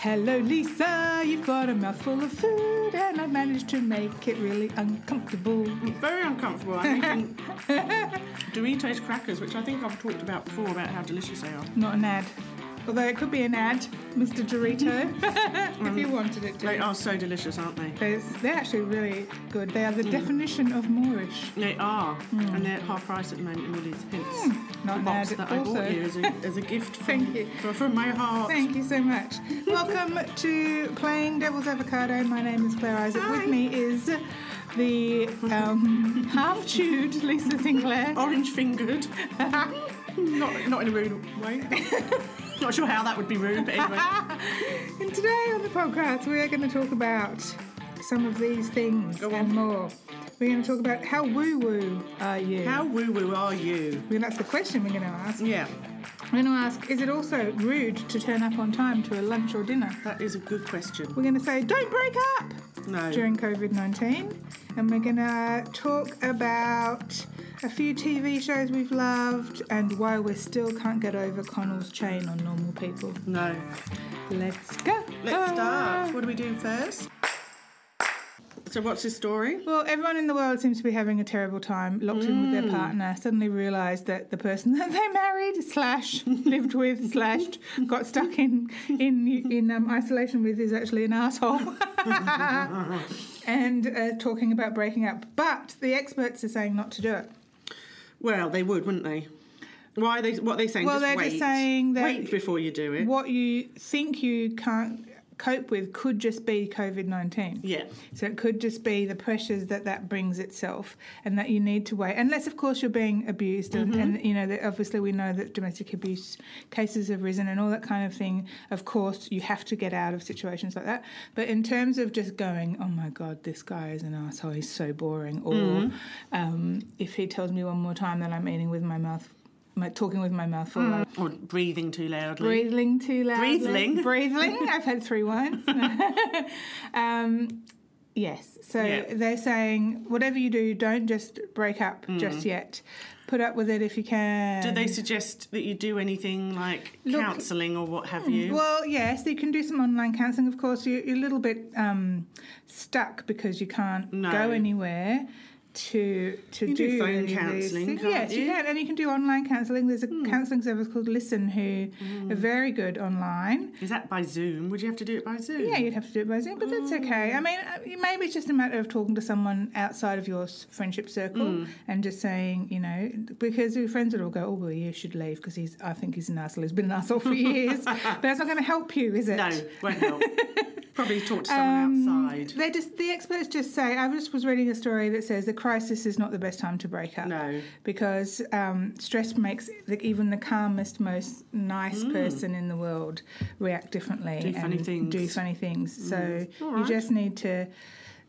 Hello, Lisa. You've got a mouthful of food, and I've managed to make it really uncomfortable. It's very uncomfortable. I'm eating Doritos crackers, which I think I've talked about before about how delicious they are. Not an ad. Although it could be an ad, Mr. Dorito, if you wanted it to. They are so delicious, aren't they? They're, they're actually really good. They are Mm. the definition of Moorish. They are, Hmm. and they're at half price at the moment in all these hints. not the box bad that I Hmm. also. bought you as a, as a gift from, Thank you. fro- from my heart. Thank you so much. Welcome to Playing Devil's Avocado. My name is Claire Isaac. Hi. With me is the um, half chewed Lisa Sinclair. Orange fingered. not, not in a rude way. not sure how that would be rude, but anyway. and today on the podcast, we are going to talk about some of these things Go and on. more. We're going to talk about how woo woo are you? how woo woo are you? Well, that's the question we're going to ask. Yeah, We're going to ask is it also rude to turn up on time to a lunch or dinner? that is a good question. We're going to say, don't break up No. during COVID 19. And we're going to talk about a few TV shows we've loved and why we still can't get over Connell's chain on normal people. no. Let's go. Let's start. What are we doing first? So, what's his story? Well, everyone in the world seems to be having a terrible time, locked in with their partner, suddenly realised that the person that they married, slash, lived with, slash, got stuck in in in um, isolation with is actually an asshole. and uh, talking about breaking up, but the experts are saying not to do it. Well, they would, wouldn't they? Why are they? What are they saying? Well, just they're wait. just saying that- wait before you do it. What you think you can't cope with could just be COVID nineteen. Yeah, So it could just be the pressures that that brings itself, and that you need to wait, unless of course you're being abused, and, and you know that obviously we know that domestic abuse cases have risen and all that kind of thing. Of course, you have to get out of situations like that. But in terms of just going, oh my god, this guy is an asshole. He's so boring. Or um, if he tells me one more time that I'm eating with my mouth, my, talking with my mouth full. I'm or breathing too loudly. Breathing too loudly. Breathling. Breathling. I've had three wines. um, yes. So Yeah. they're saying whatever you do, don't just break up just yet. Put up with it if you can. Mm-hmm. Do they suggest that you do anything like Look- hmm, counselling or what have you? Well, yes, you can do some online counselling. Of course, you, you're a little bit um, stuck because you can't No. go anywhere to to You do phone any of these counselling, things. can't yes, you? you? Hmm. can, and you can do online counselling. There's a counselling service called Listen, who are very good online. Is that by Zoom? Would you have to do it by Zoom? Yeah, you'd have to do it by Zoom, but that's okay. Mm. I mean, uh, maybe it's just a matter of talking to someone outside of your s- friendship circle Mm. and just saying, you know, because your friends would all go, "Oh, well, you should leave because he's, I think he's an asshole. He's been an asshole for years." but that's not going to help you, is it? No, won't help. Probably talk to someone Um, outside. They just the experts just say. I just was reading a story that says the crisis is not the best time to break up. No. because um, stress makes the, even the calmest, most nice person in the world react differently. Mm. Do funny and things. Mm. Do funny things. So All you right. just need to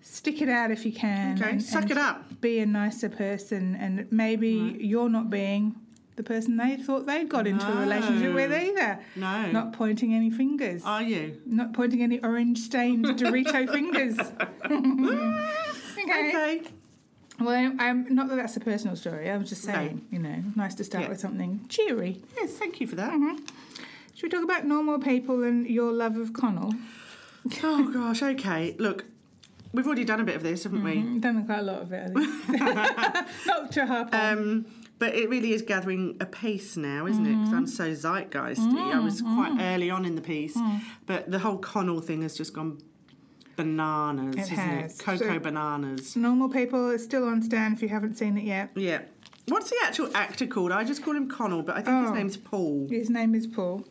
stick it out if you can. Okay, and- suck and it up. Be a nicer person, and maybe you're not being. The person they thought they'd got into a relationship No. Uh. with either. No. Not pointing any fingers. Are you? Not pointing any orange stained Dorito fingers. okay. Okay. Well, I'm, I'm- not that that's a personal story. I was just saying, you know, nice to start Yeah. with something cheery. Yes, thank you for that. Should we talk about normal people and your love of Connell? Oh gosh, okay. Look, we've already done a bit of this, haven't we? We've Mm, done quite a lot of it, I think. not to harp on. Um, but it really is gathering a pace now, isn't it? Mm-hmm. Because I'm so zeitgeisty. I was quite early on in the piece, Mm. but the whole Connell thing has just gone bananas, It hasn't has. it? Cocoa So- bananas. normal people is still on stand if you haven't seen it yet. Yeah. What's the actual actor called? I just call him Connell, but I think Oh. his name's Paul. His name is Paul.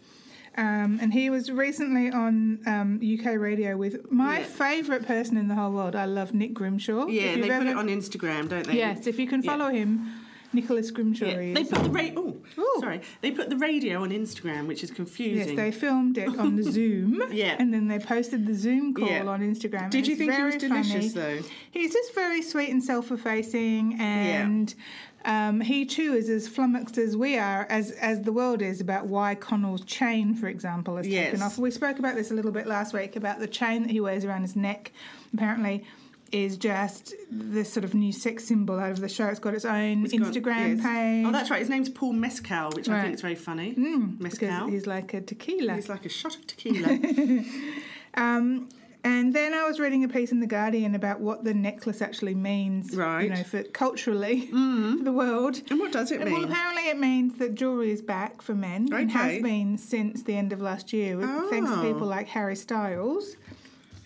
Um, and he was recently on um, UK radio with my Yeah. favourite person in the whole world. I love Nick Grimshaw. Yeah, If they you've put ever- it on Instagram, don't they? Yes, if you can Yeah. follow him, Nicholas Grimshaw Yeah. is. They put the ra- oh, Ooh. sorry. They put the radio on Instagram, which is Yes, confusing. they filmed it on the Zoom, Yeah. and then they posted the Zoom call Yeah. on Instagram. Did you It's think he was very funny. delicious though? He's just very sweet and self-effacing, and um, he too is as flummoxed as we are, as as the world is about why Connell's chain, for example, has Yes. taken off. We spoke about this a little bit last week about the chain that he wears around his neck. Apparently, is just this sort of new sex symbol out of the show. It's got its own It's got- Instagram yes. page. Oh, that's right. His name's Paul Mescal, which I Right. Mm. think is very funny. because Mescal. He's, he's like a tequila. like a shot of tequila. Um, and then I was reading a piece in The Guardian about what the necklace actually means, Right. Mm. you know, for culturally for the world. and what does it Well, mean? apparently it means that jewellery is back for men and Okay. has been since the end of last year, with thanks to Oh. people like Harry Styles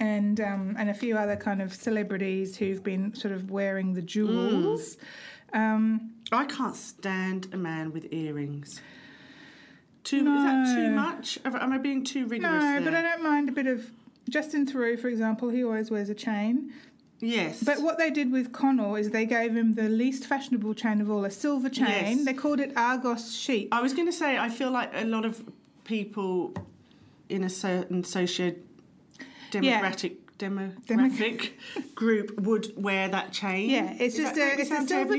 and um, and a few other kind of celebrities who've been sort of wearing the jewels. Mm. Um, I can't stand a man with earrings. Too, Is that too No. much? Am I being too no, rigorous? there? but I don't mind a bit of Justin Theroux, for example. He always wears a chain. Yes. But what they did with Connell is they gave him the least fashionable chain of all, a silver chain. Yes. They called it Argos chic. I was going to say, I feel like a lot of people in a certain socio demographic demo demographic group would wear that chain. Yeah, it's Is just that- a it it's a sounds silver terribly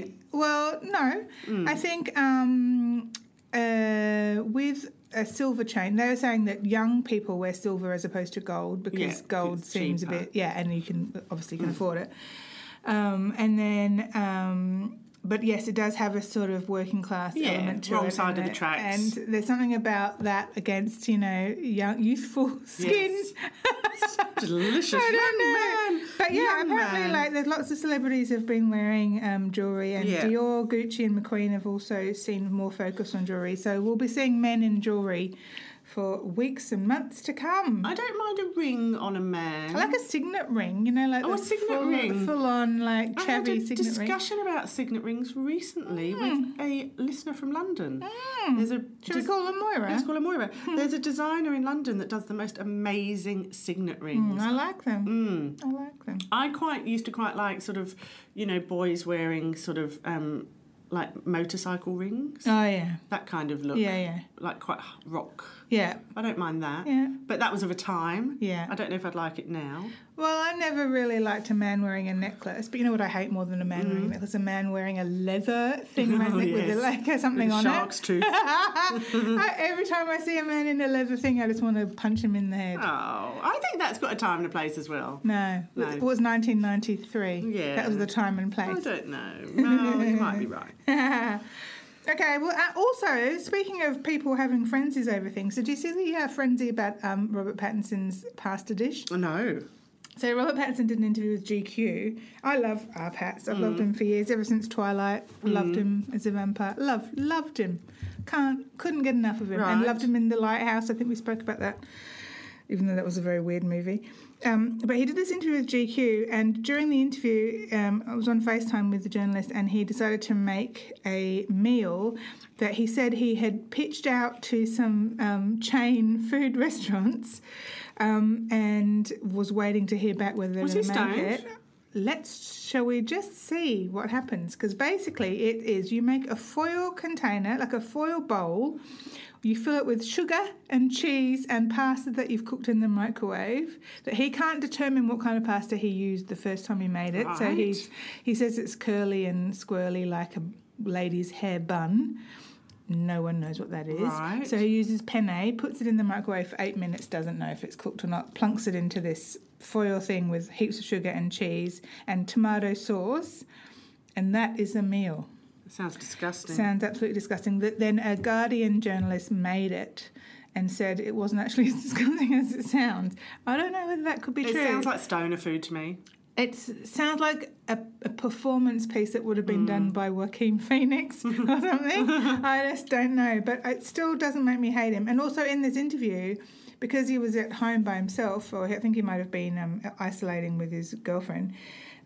Hmm. chain. Well, no, I think um, uh, with a silver chain, they were saying that young people wear silver as opposed to gold because Yeah, gold it's seems cheaper. Hmm. a bit yeah, and you can obviously you can afford it. Um, and then, um, but yes, it does have a sort of working class Yeah, element to wrong it, side and of the it- tracks. And there's something about that against you know young youthful skin. Yes. Delicious. I don't Young know. man. But yeah, Young apparently, man. like, there's lots of celebrities have been wearing um, jewelry, and Yeah. Dior, Gucci, and McQueen have also seen more focus on jewelry. So we'll be seeing men in jewelry for weeks and months to come. I don't mind a ring on a man. I like a signet ring, you know, like Oh, the a signet full, ring. full on, like, I had chavvy a signet ring. discussion about signet rings recently with a listener from London. Mm. There's a Should we call Hmm. them Moira? Let's call her Moira. There's a designer in London that does the most amazing signet Mm, rings. I like them. Mm. I like them. I quite used to quite like sort of, you know, boys wearing sort of um, like motorcycle rings, Oh, yeah. that kind of look, Yeah, yeah. like quite h- rock. Yeah, I don't mind that, yeah, but that was of a time. yeah. I don't know if I'd like it now. Well, I never really liked a man wearing a necklace, but you know what I hate more than a man wearing a necklace? A man wearing a leather thing around Mm. Oh, his neck with yes. a, like uh, something With a on shark's tooth. it. I, every time I see a man in a leather thing, I just want to punch him in the head. Oh, I think that's got a time and a place as well. No, No. it was 1993. Yeah. that was the time and I place. don't know. No, you might be right. okay. Well, uh, also speaking of people having frenzies over things, did you see the uh, frenzy about um, Robert Pattinson's pasta dish? No. So Robert Pattinson did an interview with GQ. I love our Pats. I've loved him for years, ever since Twilight. Loved him as a vampire. Love, loved him. Can't, couldn't get enough of him. And Right. loved him in The Lighthouse. I think we spoke about that, even though that was a very weird movie. Um, but he did this interview with GQ, and during the interview, um, I was on FaceTime with the journalist, and he decided to make a meal that he said he had pitched out to some um, chain food restaurants, um, and was waiting to hear back whether they were Was going to he make stoned? it. Let's shall we just see what happens because basically it is you make a foil container like a foil bowl, you fill it with sugar and cheese and pasta that you've cooked in the microwave. That he can't determine what kind of pasta he used the first time he made it, so Right. he's he says it's curly and squirrely like a lady's hair bun. No one knows what that is. Right. So he uses penne, puts it in the microwave for eight minutes, doesn't know if it's cooked or not, plunks it into this foil thing with heaps of sugar and cheese and tomato sauce, and that is a meal. It sounds disgusting. Sounds absolutely disgusting. That then a Guardian journalist made it and said it wasn't actually as disgusting as it sounds. I don't know whether that could be it true. sounds like stoner food to me. It sounds like a, a performance piece that would have been Mm. done by Joaquin Phoenix or something. I just don't know, but it still doesn't make me hate him. And also in this interview, because he was at home by himself, or I think he might have been um, isolating with his girlfriend.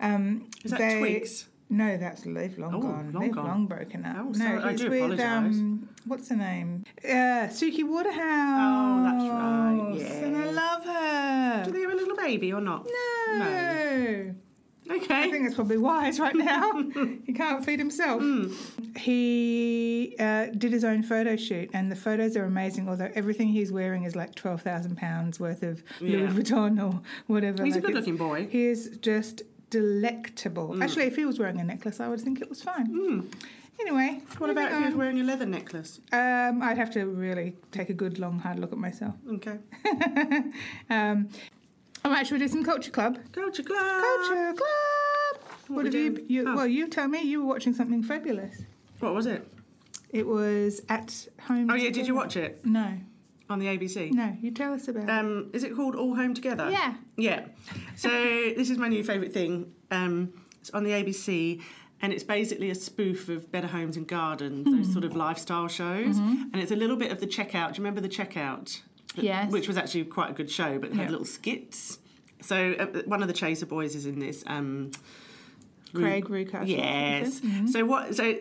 Um, Is that they- twigs? No, that's they've long Oh, gone. long they've gone. long broken up. Oh, no, sorry, I he's do with apologise. um, what's her name? Uh, Suki Waterhouse. Oh, that's right, And I yes. love her. Do they have a little baby or not? no. I Okay. think that's probably wise right now. he can't feed himself. Hmm. He uh, did his own photo shoot, and the photos are amazing. Although everything he's wearing is like twelve thousand pounds worth of Yeah. Louis Vuitton or whatever. He's like a it's- good-looking boy. He is just delectable. Mm. Actually, if he was wearing a necklace, I would think it was fine. Anyway, moving What Hmm. about if he was on. wearing a leather necklace? Um, I'd have to really take a good long hard look at myself. Okay. Um, All right, should we do some culture club? Culture Club. Culture club. Ah. What What we have you, doing? you? Oh. Well, you tell me. You were watching something fabulous. What was it? It was at home. Oh yeah, did Together. you watch it No, on the ABC? no. You tell us about. it. Um, is it called All Home Together? Yeah. Yeah. So this is my new favourite thing. Um, it's on the ABC, and it's basically a spoof of Better Homes and Gardens, Hmm. those sort of lifestyle shows. And it's a little bit of the checkout. Do you remember the checkout? Mm-hmm. Yes. Which was actually quite a good show, but it had Yeah. little skits. So uh, one of the Chaser boys is in this. Um, Ru- Craig Rucastle. Yes. So what? So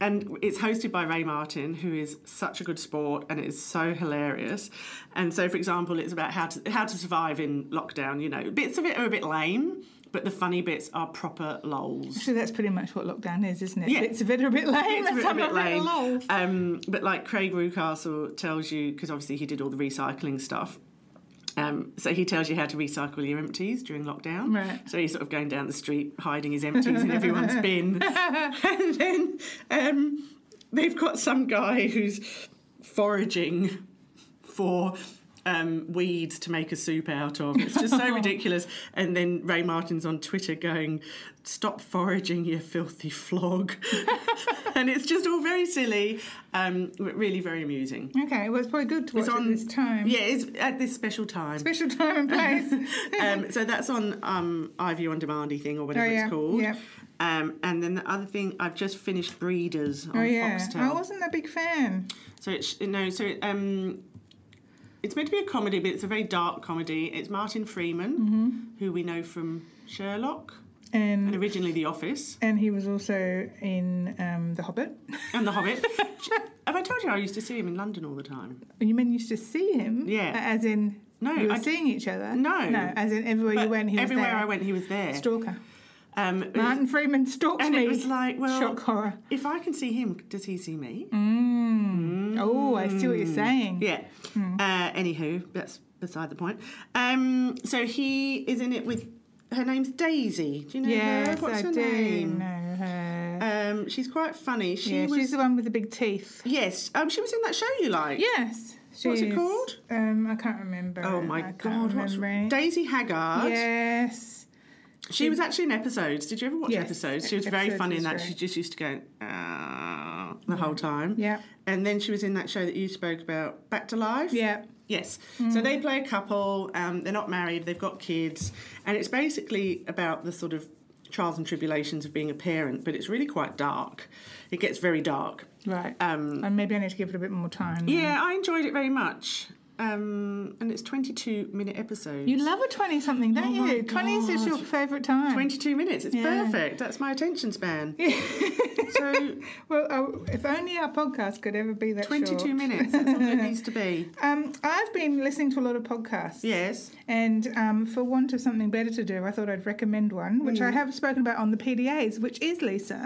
and it's hosted by Ray Martin, who is such a good sport, and it is so hilarious. And so, for example, it's about how to how to survive in lockdown. You know, bits of it are a bit lame, but the funny bits are proper lols. So that's pretty much what lockdown is, isn't it? Yeah. It's a bit a bit lame. It's a bit, a and bit some of it lame. lol. Um, but like Craig Rucastle tells you, because obviously he did all the recycling stuff. Um, so he tells you how to recycle your empties during lockdown. Right. So he's sort of going down the street hiding his empties in everyone's bin. and then um, they've got some guy who's foraging for um, weeds to make a soup out of. It's just so ridiculous. And then Ray Martin's on Twitter going, "Stop foraging, you filthy flog," and it's just all very silly, um, but really very amusing. Okay, well it's probably good to watch It's on at this time. Yeah, it's at this special time. Special time and place. um, so that's on um, iView on Demandy thing or whatever Oh, yeah, it's called. yeah. Um, and then the other thing, I've just finished Breeders on oh yeah, Foxtel. I wasn't a big fan. So it's no, so it, um, it's meant to be a comedy, but it's a very dark comedy. It's Martin Freeman, Mm-hmm. who we know from Sherlock and And originally The Office and he was also in um, The Hobbit. and The Hobbit. Have I told you I used to see him in London all the time? You meant you used to see him? Yeah. As in No, you were I- seeing each other? No. No, as in everywhere you But went, he everywhere I was went, he was there. there. Stalker. Um, it was- Martin Freeman stalks and me. it was like, well, Shock horror. if I can see him, does he see me? Mm. Oh, I see what you're saying. Yeah. Hmm. Uh, anywho, that's beside the point. Um, so he is in it with her name's Daisy. Do you know Yes, her? What's I her do name? know her. Um, she's quite funny. She yeah, was she's the one with the big teeth. yes. Um, she was in that show you like. Yes. What's it she's- called? Um, I can't remember. Oh my I can't god! What's remember. Daisy Haggard? Yes. She was actually in episodes. Did you ever watch Yes, e- episodes? She was very episodes funny in was that. great. She just used to go ah, the whole time. Yeah. And then she was in that show that you spoke about, Back to Life. Yeah. Yes. Mm. So they play a couple. Um, they're not married. They've got kids, and it's basically about the sort of trials and tribulations of being a parent. But it's really quite dark. It gets very dark. Right. Um, and maybe I need to give it a bit more time. then. yeah, I enjoyed it very much. Um, and it's 22 minute episodes. You love a 20 something, don't Oh my you? 20s is your God. favourite time. 22 minutes. It's Yeah. perfect. That's my attention span. so Well, I, if only our podcast could ever be that 22 short. minutes. That's all it needs to be. Um, I've been listening to a lot of podcasts. Yes. And um, for want of something better to do, I thought I'd recommend one, which Mm. I have spoken about on the PDAs, which is Lisa,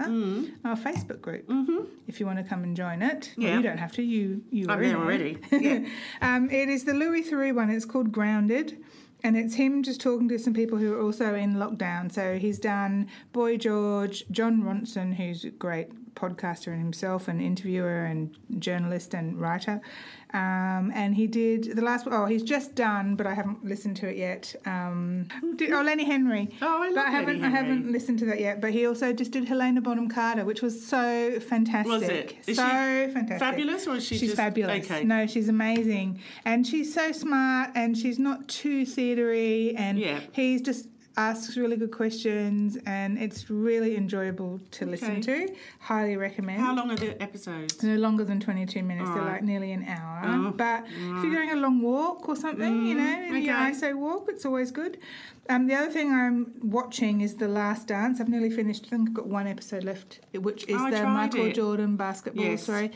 our Facebook group. Mm-hmm. If you want to come and join it, Well, Yeah. you don't have to. You you I'm are in there it. already. Yeah. um, it is the Louis Theroux one. It's called Grounded. And it's him just talking to some people who are also in lockdown. So he's done Boy George, John Ronson, who's a great podcaster in himself, and interviewer and journalist and writer. Um, and he did the last one, oh, he's just done, but I haven't listened to it yet. Um, did, oh, Lenny Henry. Oh, I love but I haven't, Lenny I haven't Henry. listened to that yet. But he also just did Helena Bonham Carter, which was so fantastic. Was it? Is she so fantastic. Fabulous or is she She's just fabulous. Okay. No, she's amazing, and she's so smart, and she's not too theatery, and Yeah. he's just asks really good questions, and it's really enjoyable to listen Okay. to. Highly recommend. How long are the episodes? They're longer than 22 minutes. They're Alright. like nearly an hour. Oh, Mm, but if you're doing a long walk or something, you know, in your okay. ISO walk, it's always good. Um, the other thing I'm watching is The Last Dance. I've nearly finished. I think I've got one episode left, which is Oh, I the tried Michael it. Jordan basketball. Yes. Sorry.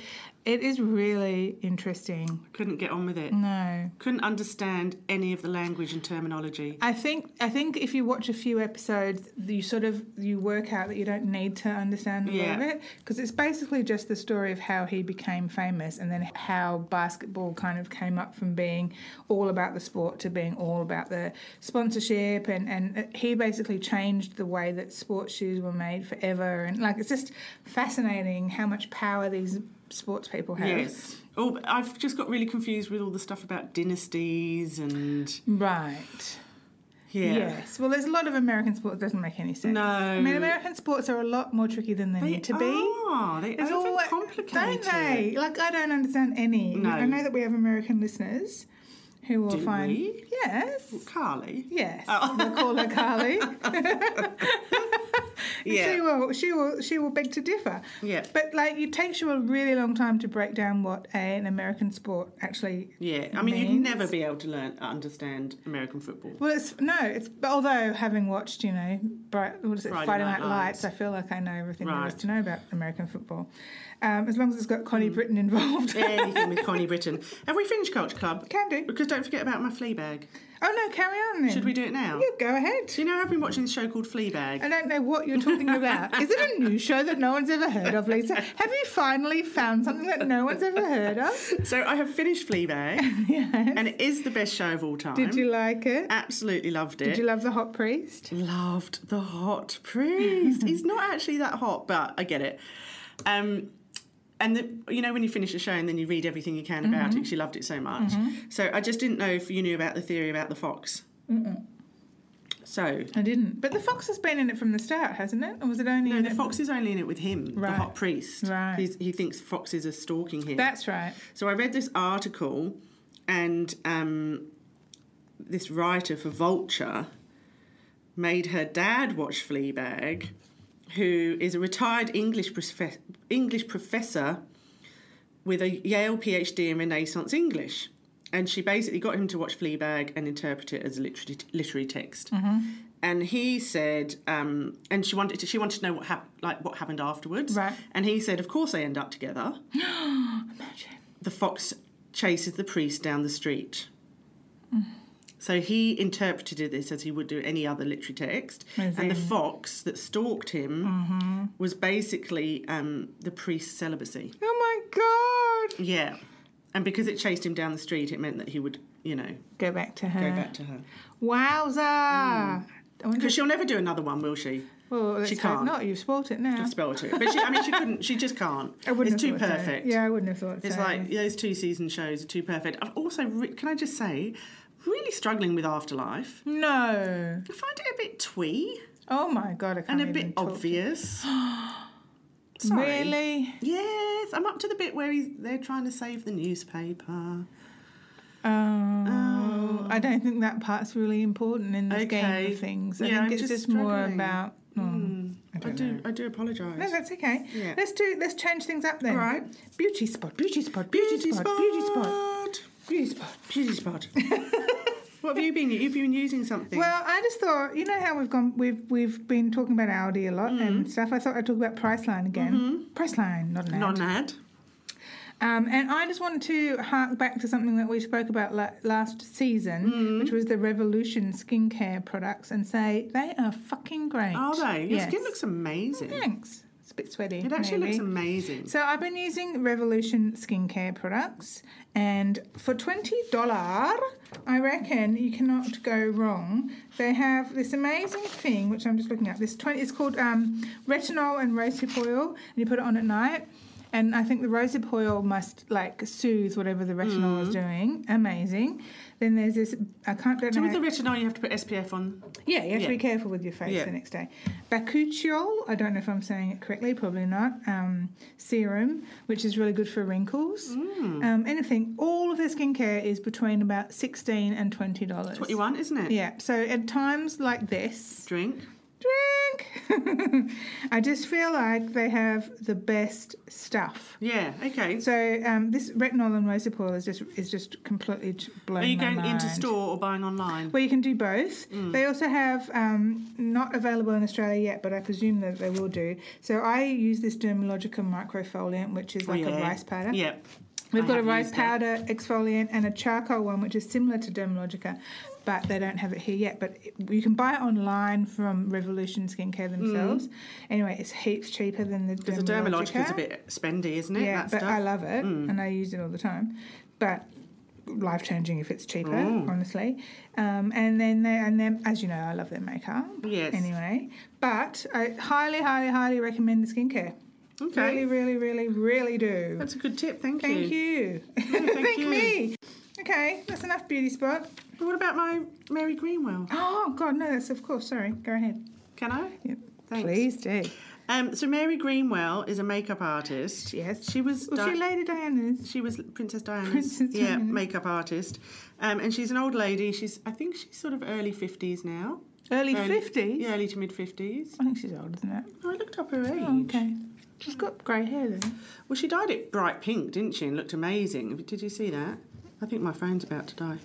It is really interesting. Couldn't get on with Mm. it. No. Couldn't understand any of the language and terminology. I think I think if you watch a few episodes, you sort of you work out that you don't need to understand all of Yeah. it because it's basically just the story of how he became famous and then how basketball kind of came up from being all about the sport to being all about the sponsorship and and he basically changed the way that sports shoes were made forever and like it's just fascinating how much power these sports people have. Yes. Oh, but I've just got really confused with all the stuff about dynasties and Right. Yeah. Yes. Well, there's a lot of American sports that doesn't make any sense. No. I mean, American sports are a lot more tricky than they, need to be. are. They It's all overcomplicate Don't it. they? Like, I don't understand any. No. I know that we have American listeners who will Do find. we? Yes. Carly. Yes, Oh. we'll call her Carly. She Yeah. will. She will. She will beg to differ. Yeah. But like, it takes you a really long time to break down what an American sport actually. Yeah. I mean, you'd Means. never be able to learn understand American football. Well, it's no. It's but although having watched, you know, Bright, what is it, Friday Friday, Night Night, Lights. Lights, I feel like I know everything there is Right. Mm. to know about American football. Um, as long as it's got Connie Britton involved, Anything with Connie Britton. Have we finished Culture Club? can do. Because don't forget about my Fleabag. Oh no, carry on. Then. Should we do it now? Yeah, go ahead. Do you know I've been watching this show called Fleabag? I don't know what you're talking about. Is it a new show that no one's ever heard of, Lisa? Have you finally found something that no one's ever heard of? So I have finished Fleabag, Yes. and it is the best show of all time. Did you like it? Absolutely loved it. Did you love the hot priest? Mm. Loved the hot priest. He's not actually that hot, but I get it. Um, and the, you know when you finish a show and then you read everything you can about it 'cause Mm-hmm. it, she loved it so much. So I just didn't know if you knew about the theory about the fox. So I didn't. But the fox has been in it from the start, hasn't it? Or was it only no, in the it- fox is only in it with him, the Right. hot priest. Right. He's, he thinks foxes are stalking him. That's right. So I read this article, and um, this writer for Vulture made her dad watch Fleabag, who is a retired English profe- English professor with a Yale PhD in Renaissance English. And she basically got him to watch Fleabag and interpret it as a literary, literary text. And he said, um, and she wanted to, she wanted to know what hap- like what happened afterwards. Right. And he said, of course they end up together. Imagine. The fox chases the priest down the street. So he interpreted this as he would do any other literary text. And the Amazing. Mm-hmm. fox that stalked him was basically um, the priest's celibacy. Oh my god! Yeah. And because it chased him down the street, it meant that he would, you know, Go back to her. go back to her. Wowza! I wonder Because if, she'll never do another one, will she? well, let's she hope can't. not. You've spoilt it now. I've spoiled it. But she, I mean, she couldn't, she just can't. I wouldn't it's have too thought so. perfect. Yeah, I wouldn't have thought It's so. like those two season shows are too perfect. I've also, re- can I just say, really struggling with Afterlife. no. I find it a bit twee Oh my god! I can't and a even bit talk. obvious. Sorry. Really? Yes, I'm up to the bit where he's, they're trying to save the newspaper. Oh, I don't think that part's really important in this game Okay. of things. I Yeah, I'm think it's just just, more struggling. about. oh, I I don't know. do, I do apologise. No, that's okay. Yeah. Let's do. Let's change things up then. All right. Beauty spot. Beauty spot. Beauty, spot, Beauty spot. Beauty spot. Beauty spot. what have you been? You've been using something. Well, I just thought, you know how we've gone, we've we've been talking about Aldi a lot Mm. and stuff. I thought I'd talk about Priceline again. Priceline, not an ad. non Mm-hmm. ad. Um, and I just wanted to hark back to something that we spoke about la- last season, Mm-hmm. which was the Revolution skincare products, and say they are fucking great. Are they? Your Yes. skin looks amazing. Thanks. It's a bit sweaty. It actually maybe. looks amazing. So I've been using Revolution skincare products, and for twenty dollar, I reckon you cannot go wrong. They have this amazing thing which I'm just looking at. This twenty, it's called um, retinol and rosehip oil, and you put it on at night. And I think the rosehip oil must like soothe whatever the retinol Mm. is doing. Amazing. Then there's this. I can't. Don't So know with how- the retinol, you have to put SPF on. yeah, you have Yeah. to be careful with your face Yeah. the next day. Bakuchiol, I don't know if I'm saying it correctly, probably not. Um, serum, which is really good for wrinkles. Mm. Um, anything. All of their skincare is between about sixteen and twenty dollars. That's what you want, isn't it? Yeah. So at times like this, Drink. drink. I just feel like they have the best stuff. Yeah. Okay. So um, this retinol and rosehip oil is just is just completely t- blown. Are you my going mind. into store or buying online? Well, you can do both. Mm. They also have um, not available in Australia yet, but I presume that they will do. So I use this Dermalogica microfoliant, which is Oh, like yeah. a rice powder. Yeah. We've I got a have rice used that. powder exfoliant and a charcoal one, which is similar to Dermalogica, but they don't have it here yet. But it- you can buy it online from Revolution Skincare themselves. Anyway, it's heaps cheaper than the Because the Dermalogica is Mm. a bit spendy, isn't it? yeah, that but stuff. Mm. I love it and I use it all the time. But life changing if it's cheaper, Mm. honestly. Um, and then they and then as you know, I love their makeup. Yes. Anyway, but I highly, highly, highly recommend the skincare. okay. Really, really, really, really do. That's a good tip. Thank, Oh, Thank you. thank Thank you. me. Okay, that's enough beauty spot. But what about my Mary Greenwell? Oh God, no, that's of course. Sorry, go ahead. Can I? Yep. Thanks. Please do. Um, so Mary Greenwell is a makeup artist. Yes. She was. Was di- she Lady Diana's? She was Princess Diana's Princess yeah, Diana. makeup artist. Um, and she's an old lady. She's I think she's sort of early 50s now. Early Early- fifties. Yeah, early to mid 50s. I think she's older than that. Oh, I looked up her age. Oh, okay. She's got grey hair then. Well, she dyed it bright pink, didn't she? And looked amazing. Did you see that? I think my phone's about to die.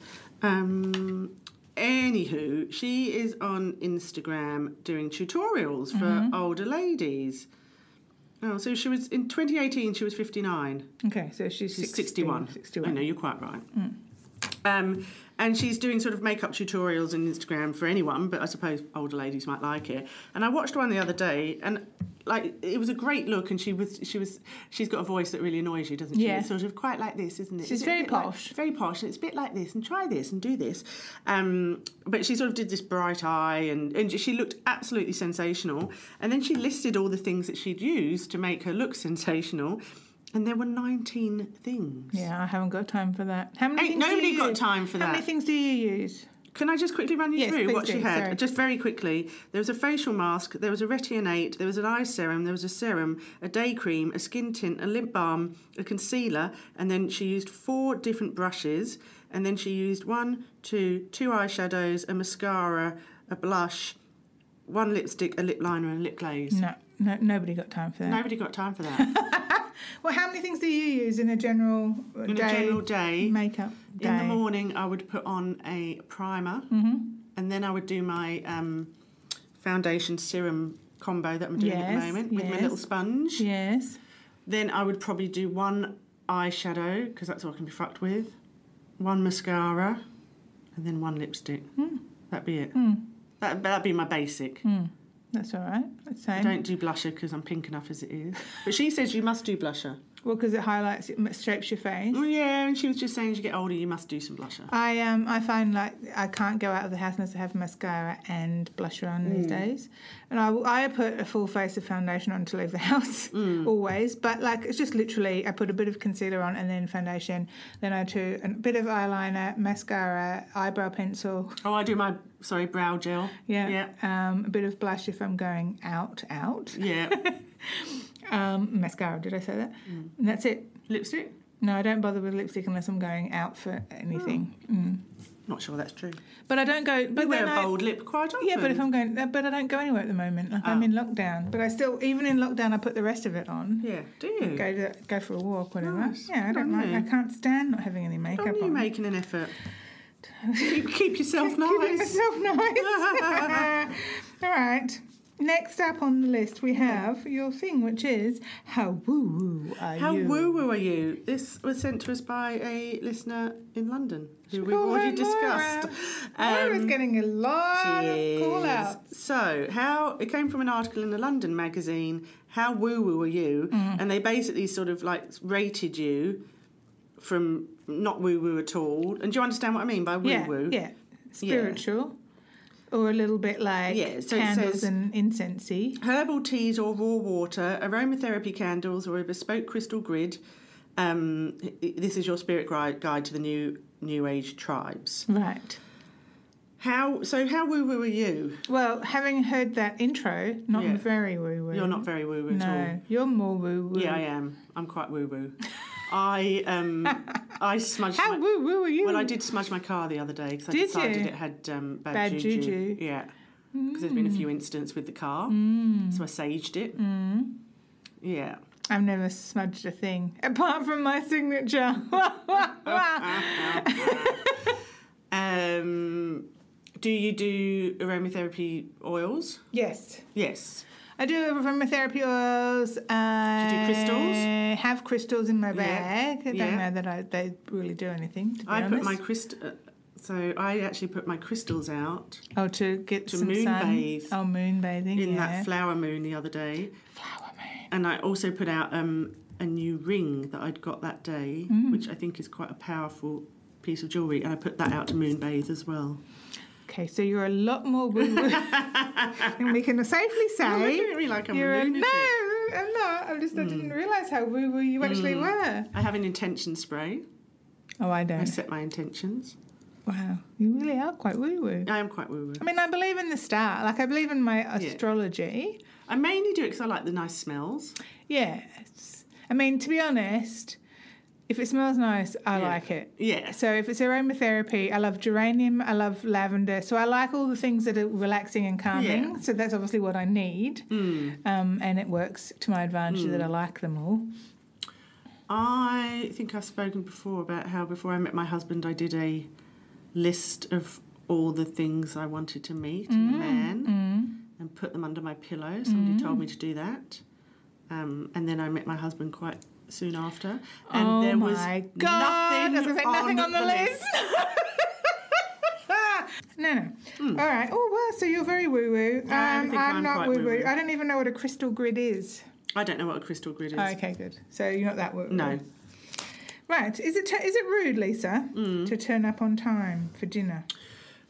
Um, anywho, she is on Instagram doing tutorials for Mm-hmm. older ladies. Oh, so she was in 2018. She was 59. Okay, so she's, She's 60, 61. 61. I know you're quite right. Hmm. Um, and she's doing sort of makeup tutorials on Instagram for anyone, but I suppose older ladies might like it. And I watched one the other day, and like it was a great look. And she was she was she's got a voice that really annoys you, doesn't she? Yeah. It's sort of quite like this, isn't it? She's It's a very bit like- posh. very posh. And it's a bit like this, and try this, and do this. Um, but she sort of did this bright eye, and and she looked absolutely sensational. And then she listed all the things that she'd used to make her look sensational. And there were 19 things. Yeah, I haven't got time for that. How many Ain't things do nobody you got use? time for How many that. things do you use? Can I just quickly run you Yes, through please what she do, had? sorry. Just very quickly. There was a facial mask, there was a retinate, there was an eye serum, there was a serum, a day cream, a skin tint, a lip balm, a concealer, and then she used four different brushes. And then she used one, two, two eyeshadows, a mascara, a blush, one lipstick, a lip liner, and a lip glaze. No, no, nobody got time for that. Nobody got time for that. Well, how many things do you use in a general uh, In day? a general day, makeup day. in the morning, I would put on a primer, Mm-hmm. and then I would do my um, foundation serum combo that I'm doing at the Yes, moment with my yes. little sponge. Yes. Then I would probably do one eyeshadow because that's all I can be fucked with, one mascara, and then one lipstick. Hmm. That'd be it. That, that'd be my basic. That's all right. That's I same. don't do blusher because I'm pink enough as it is. But she says you must do blusher. Well, because it highlights, it m- shapes your face. Well, yeah, and she was just saying as you get older, you must do some blusher. I um I find like I can't go out of the house unless I have mascara and blusher on Mm. these days, and I I put a full face of foundation on to leave the house Mm. always. But like it's just literally I put a bit of concealer on and then foundation, then I do a bit of eyeliner, mascara, eyebrow pencil, Oh, I do my sorry brow gel. yeah, yeah, Um, a bit of blush if I'm going out out, yeah. um, mascara. Did I say that? Mm. And that's it. Lipstick? No, I don't bother with lipstick unless I'm going out for anything. Mm. Not sure that's true. But I don't go. But You wear then Oh. a I, bold lip quite often. Yeah, but if I'm going, uh, but I don't go anywhere at the moment. Like I'm Oh. in lockdown, but I still, even in lockdown, I put the rest of it on. yeah, do you? Go to, go for a walk, whatever. Nice. Yeah, I Good don't on like. you. I can't stand not having any makeup Aren't you on. making an effort? keep, keep yourself Keeping nice. myself nice. All right. Next up on the list, we have your thing, which is how woo woo are How you? woo woo are you? This was sent to us by a listener in London who we've call her already discussed. I Um, was getting a lot Yes. of call outs. So, how it came from an article in the London magazine, How Woo Woo Are You? Mm-hmm. And they basically sort of like rated you from not woo woo at all. And do you understand what I mean by woo Yeah, woo? yeah, spiritual, or a little bit like Yeah, so it candles says- and incensey. Herbal teas or raw water, aromatherapy candles or a bespoke crystal grid. Um, i- i- this is your spirit gui- guide to the new New Age tribes. Right. How so? How woo woo are you? Well, having heard that intro, not Yeah. very woo woo. You're not very woo woo No, at all. you're more woo woo. Yeah, I am. I'm quite woo woo. I um, I smudged. How my, woo woo are you? well, I did smudge my car the other day because I Did decided you? it had um, bad, Bad juju. juju. Hmm. Yeah, because there's been a few incidents with the car, so I saged it. Hmm. Yeah. I've never smudged a thing apart from my signature. Um, do you do aromatherapy oils? yes. Yes. I do aromatherapy oils. I Do you do crystals? have crystals in my bag. I don't yeah. know that I, they really do anything, to be I put honest. my crystal. So I actually put my crystals out oh, to get to some sun. moonbathe Oh, moon bathing, in yeah. that flower moon the other day, flower moon. and I also put out um, a new ring that I'd got that day, Mm. which I think is quite a powerful piece of jewelry, and I put that out to moonbathe as well. Okay, so you're a lot more woo woo than we can safely say. You're looking Oh, at me like I'm You're a a, lunatic. no, Mm. I'm not. I just I didn't realise how woo woo you actually were. I have an intention spray. Oh, I I don't. set my intentions. Wow, you really are quite woo woo. I am quite woo woo. I mean, I believe in the star. Like, I believe in my astrology. I mainly do it because I like the nice smells. Yes. I mean, to be honest, if it smells nice, I Yeah. like it. Yes. So if it's aromatherapy, I love geranium, I love lavender. So I like all the things that are relaxing and calming. Yeah. So that's obviously what I need. Um, and it works to my advantage that I like them all. I think I've spoken before about how before I met my husband, I did a list of all the things I wanted to meet Mm. in a man and put them under my pillow. Somebody told Mm. me to do that. Um, and then I met my husband quite soon after. And oh there was my God. I was gonna say, nothing on the, list. No, no. All right. Oh, well, so you're very woo woo. Um, Hmm. I think I'm not quite woo woo. woo-woo. I don't even know what a crystal grid is. I don't know what a crystal grid is. Oh, okay, good. So you're not that woo woo. No. Right. Is it is it rude, Lisa, Hmm. to turn up on time for dinner?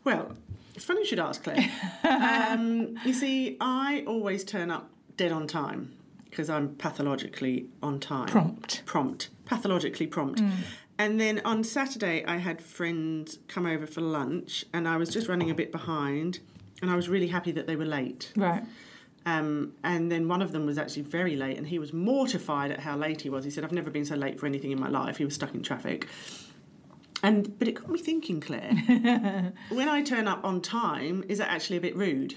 Well, it's funny you should ask, Claire. um, you see, I always turn up dead on time because I'm pathologically on time. Prompt. Prompt. Pathologically prompt. Mm. And then on Saturday, I had friends come over for lunch and I was just running a bit behind and I was really happy that they were late. Right. Um, and then one of them was actually very late, and he was mortified at how late he was. He said, "I've never been so late for anything in my life." He was stuck in traffic, and but it got me thinking, Claire. when I turn up on time, is that actually a bit rude?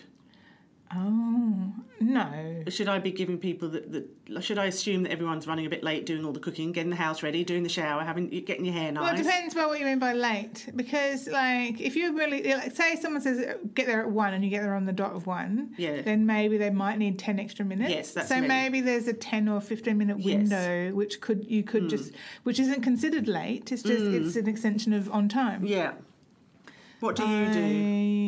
Oh no. Should I be giving people that? that should I assume that everyone's running a bit late, doing all the cooking, getting the house ready, doing the shower, having getting your hair nice? Well, it depends by what you mean by late, because like if you really like, say someone says get there at one and you get there on the dot of one, Yeah. then maybe they might need ten extra minutes. Yes, that's so me. maybe there's a ten or fifteen minute Yes. Hmm. window which could you could just which isn't considered late. It's just it's an extension of on time. Yeah. What do you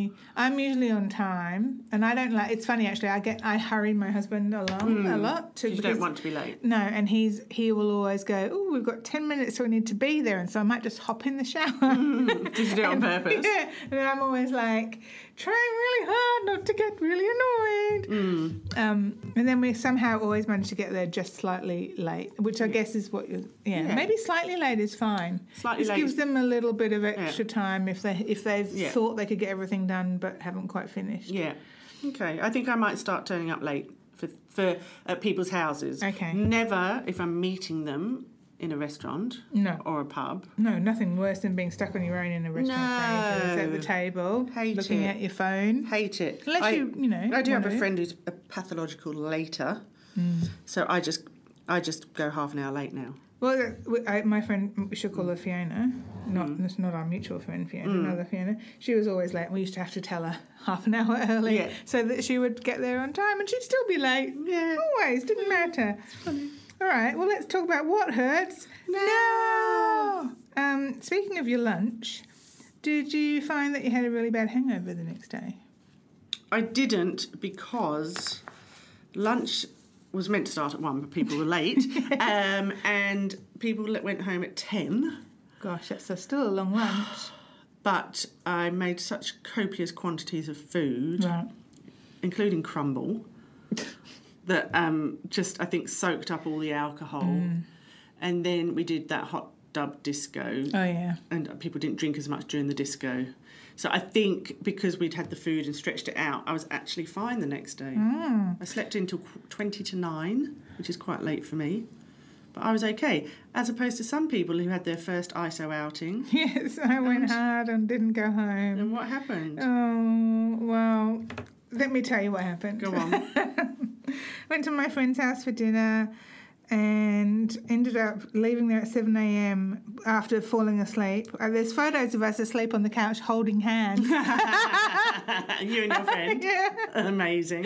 do? I, am usually on time, and I don't like. It's funny actually. I get I hurry my husband along a lot to. Hmm. You because- don't want to be late. no, and he's he will always go. Oh, we've got ten minutes, so we need to be there, and so I might just hop in the shower. Hmm. Did you do it on purpose? yeah, and then I'm always like trying really hard not to get really annoyed. Mm. Um, and then we somehow always manage to get there just slightly late, which I guess is what you. Yeah, Yeah. maybe slightly late is fine. Slightly This late. gives them a little bit of extra time if they if they've Yeah. thought they could get everything done but haven't quite finished. Yeah. Okay. I think I might start turning up late for for at people's houses. Okay. Never if I'm meeting them in a restaurant No, or a pub. no, nothing worse than being stuck on your own in a restaurant for ages at No. the table, Hate looking it. at your phone. Hate it. Unless I, you, you know, I do have wanna a friend who's a pathological later, so I just I just go half an hour late now. Well, that- w- I, my friend, we should call her Fiona. Not, that's not our mutual friend, Fiona. Another Fiona. She was always late. We used to have to tell her half an hour early Yeah. so that she would get there on time, and she'd still be late. Yeah. Always didn't matter. All right. Well, let's talk about what hurts. No. Um, speaking of your lunch, did you find that you had a really bad hangover the next day? I didn't because lunch was meant to start at one, but people were late, um, and people went home at ten. Gosh, that's a, still a long lunch. But I made such copious quantities of food. right. including crumble, that um, just I think soaked up all the alcohol. And then we did that hot dub disco, Oh yeah. and people didn't drink as much during the disco. So I think because we'd had the food and stretched it out, I was actually fine the next day. I slept until qu- twenty to nine, which is quite late for me. But I was okay, as opposed to some people who had their first ISO outing. Yes, I went hard and didn't go home. And what happened? Oh, well, let me tell you what happened. Go on. Went to my friend's house for dinner and ended up leaving there at 7 a.m. after falling asleep. Uh, There's photos of us asleep on the couch holding hands. you and your friend. yeah. Amazing.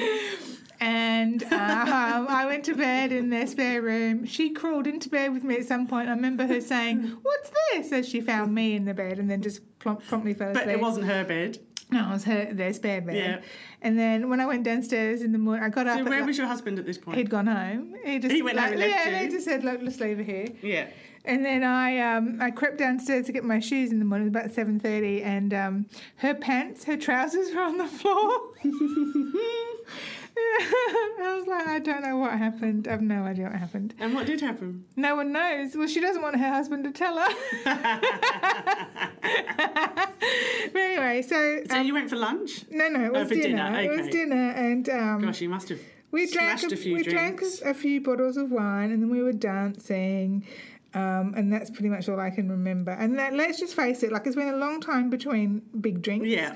And um, I went to bed in their spare room. She crawled into bed with me at some point. I remember her saying, What's this? as she found me in the bed and then just plump, promptly fell asleep. But it wasn't her bed. no, it was her, their spare bed. Yeah. And then when I went downstairs in the morning, I got up. So at where like- was your husband at this point? He'd gone home. He just He went home and like, left yeah, you. they just said, "Look, let's leave her here." yeah. And then I, um, I crept downstairs to get my shoes in the morning, about seven thirty, and um, her pants, her trousers were on the floor. I was like, I don't know what happened. I've no idea what happened. And what did happen? No one knows. Well, she doesn't want her husband to tell her. but anyway, so uh, So you went for lunch? no, no, it was for dinner. dinner, It was okay. dinner, and um, Gosh, you must have we drank smashed a, a few we drinks. drank a few bottles of wine, and then we were dancing. Um, and that's pretty much all I can remember. And that, let's just face it, like it's been a long time between big drinks. Yeah.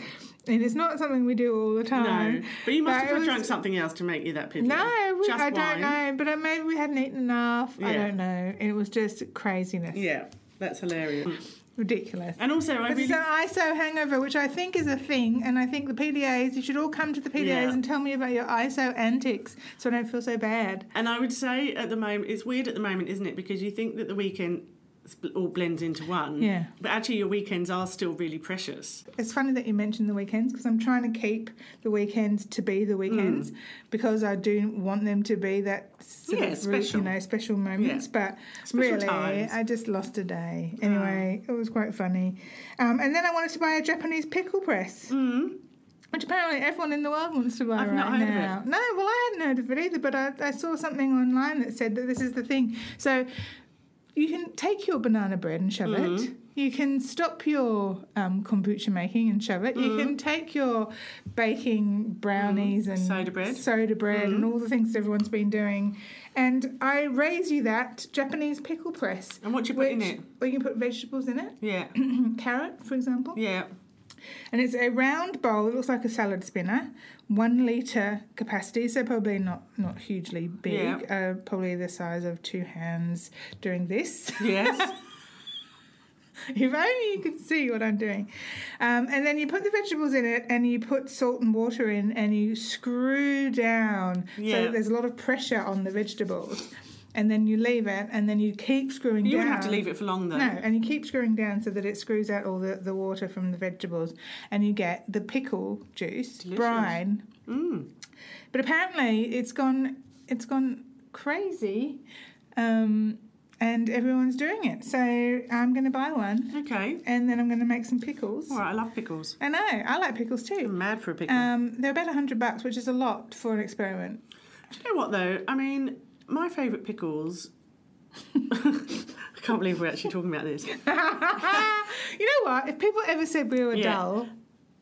And it's not something we do all the time. No, but you must Um, But it have was- drunk something else to make you that piddly. No, we, Just I don't know. wine. But uh, maybe we hadn't eaten enough. I Yeah. don't know. It was just craziness. Yeah, that's hilarious. Ridiculous. And also, I It's really an ISO hangover, which I think is a thing, and I think the PDAs, you should all come to the PDAs Yeah. and tell me about your ISO antics so I don't feel so bad. And I would say at the moment, it's weird at the moment, isn't it? Because you think that the weekend spl- all blends into one. Yeah. But actually, your weekends are still really precious. It's funny that you mentioned the weekends because I'm trying to keep the weekends to be Mm. the weekends because I do want them to be that sort Yeah, of, special. you know special moments. But Special really, times. Mm. I just lost a day. Anyway, it was quite funny. Um, and then I wanted to buy a Japanese pickle press. Mm. Which apparently everyone in the world wants to buy I've right not heard of now. No, well, I hadn't heard of it either, but I, I saw something online that said that this is the thing. So you can take your banana bread and shove Mm-hmm. it. You can stop your um, kombucha making and shove it. You Mm-hmm. can take your baking brownies and Mm, Soda bread. Mm-hmm. soda bread, and all the things that everyone's been doing. And I raise you that Japanese pickle press. And what do you put in it? Well, you can put vegetables in it, Yeah. carrot, for example. yeah. And it's a round bowl. It looks like a salad spinner, one liter capacity, so probably not not hugely big. Uh, probably the size of two hands doing this. Yes. if only you could see what I'm doing. Um, and then you put the vegetables in it, and you put salt and water in, and you screw down so Yeah. that there's a lot of pressure on the vegetables. And then you leave it, and then you keep screwing you down. wouldn't have to leave it for long, though. No, and you keep screwing down so that it screws out all the, the water from the vegetables, and you get the pickle juice Delicious. brine. Mm. But apparently, it's gone it's gone crazy, um, and everyone's doing it. So I'm going to buy one, Okay. and then I'm going to make some pickles. All right, I love pickles. I know I like pickles I'm too. mad for a pickle. Um, they're about hundred bucks, which is a lot for an experiment. Do you know what, though? I mean, my favourite pickles. I can't believe we're actually talking about this. you know what? If people ever said we were Yeah. dull,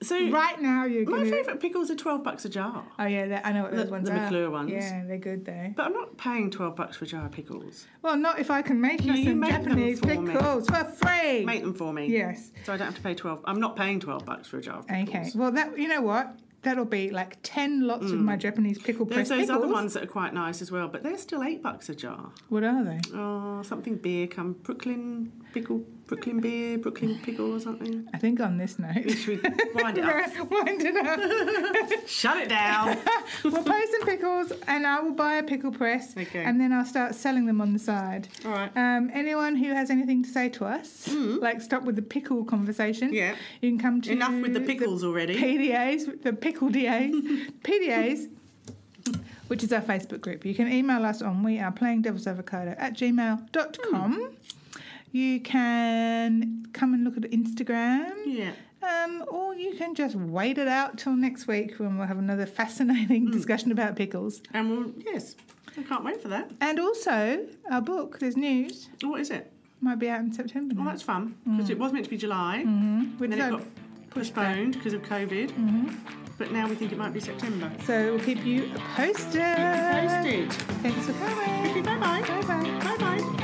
So, right now you're my going to. favourite pickles are 12 bucks a jar. Oh yeah, that- I know what The- those ones the are. McClure ones. Yeah, they're good though. But I'm not paying 12 bucks for a jar of pickles. Well, not if I can make you You some make them Japanese for me. pickles for free. Make them for me. Yes. So I don't have to pay twelve. I'm not paying twelve bucks for a jar of pickles. Mm. Okay. Well, that you know what? That'll be like ten lots of my Japanese pickle There's press those pickles. other ones that are quite nice as well, but they're still eight bucks a jar. What are they? Oh, something beer come Brooklyn pickle, Brooklyn beer, Brooklyn pickle or something. I think on this note. Should we wind it up? Wind it up. Shut it down. we'll buy some pickles, and I will buy a pickle press, Okay. and then I'll start selling them on the side. All right. Um, anyone who has anything to say to us, like stop with the pickle conversation. Mm. Yeah. You can come to Enough with the Mm, pickles already. PDAs, the pickle DAs, PDAs, which is our Facebook group. You can email us on we are playing devil's avocado at Hmm. gmail.com. You can come and look at Instagram. yeah. Um, or you can just wait it out till next week when we'll have another fascinating Hmm. discussion about pickles. And we'll yes. I can't wait for that. And also, our book, there's news, What is it? might be out in September. Well, now. that's fun Mm. because it was meant to be July, Mhm. We'd and then it hope. got postponed because of COVID. But now we think it might be September. So we'll keep you posted. Posted. Thanks for coming. Okay, bye bye. Bye bye. Bye bye.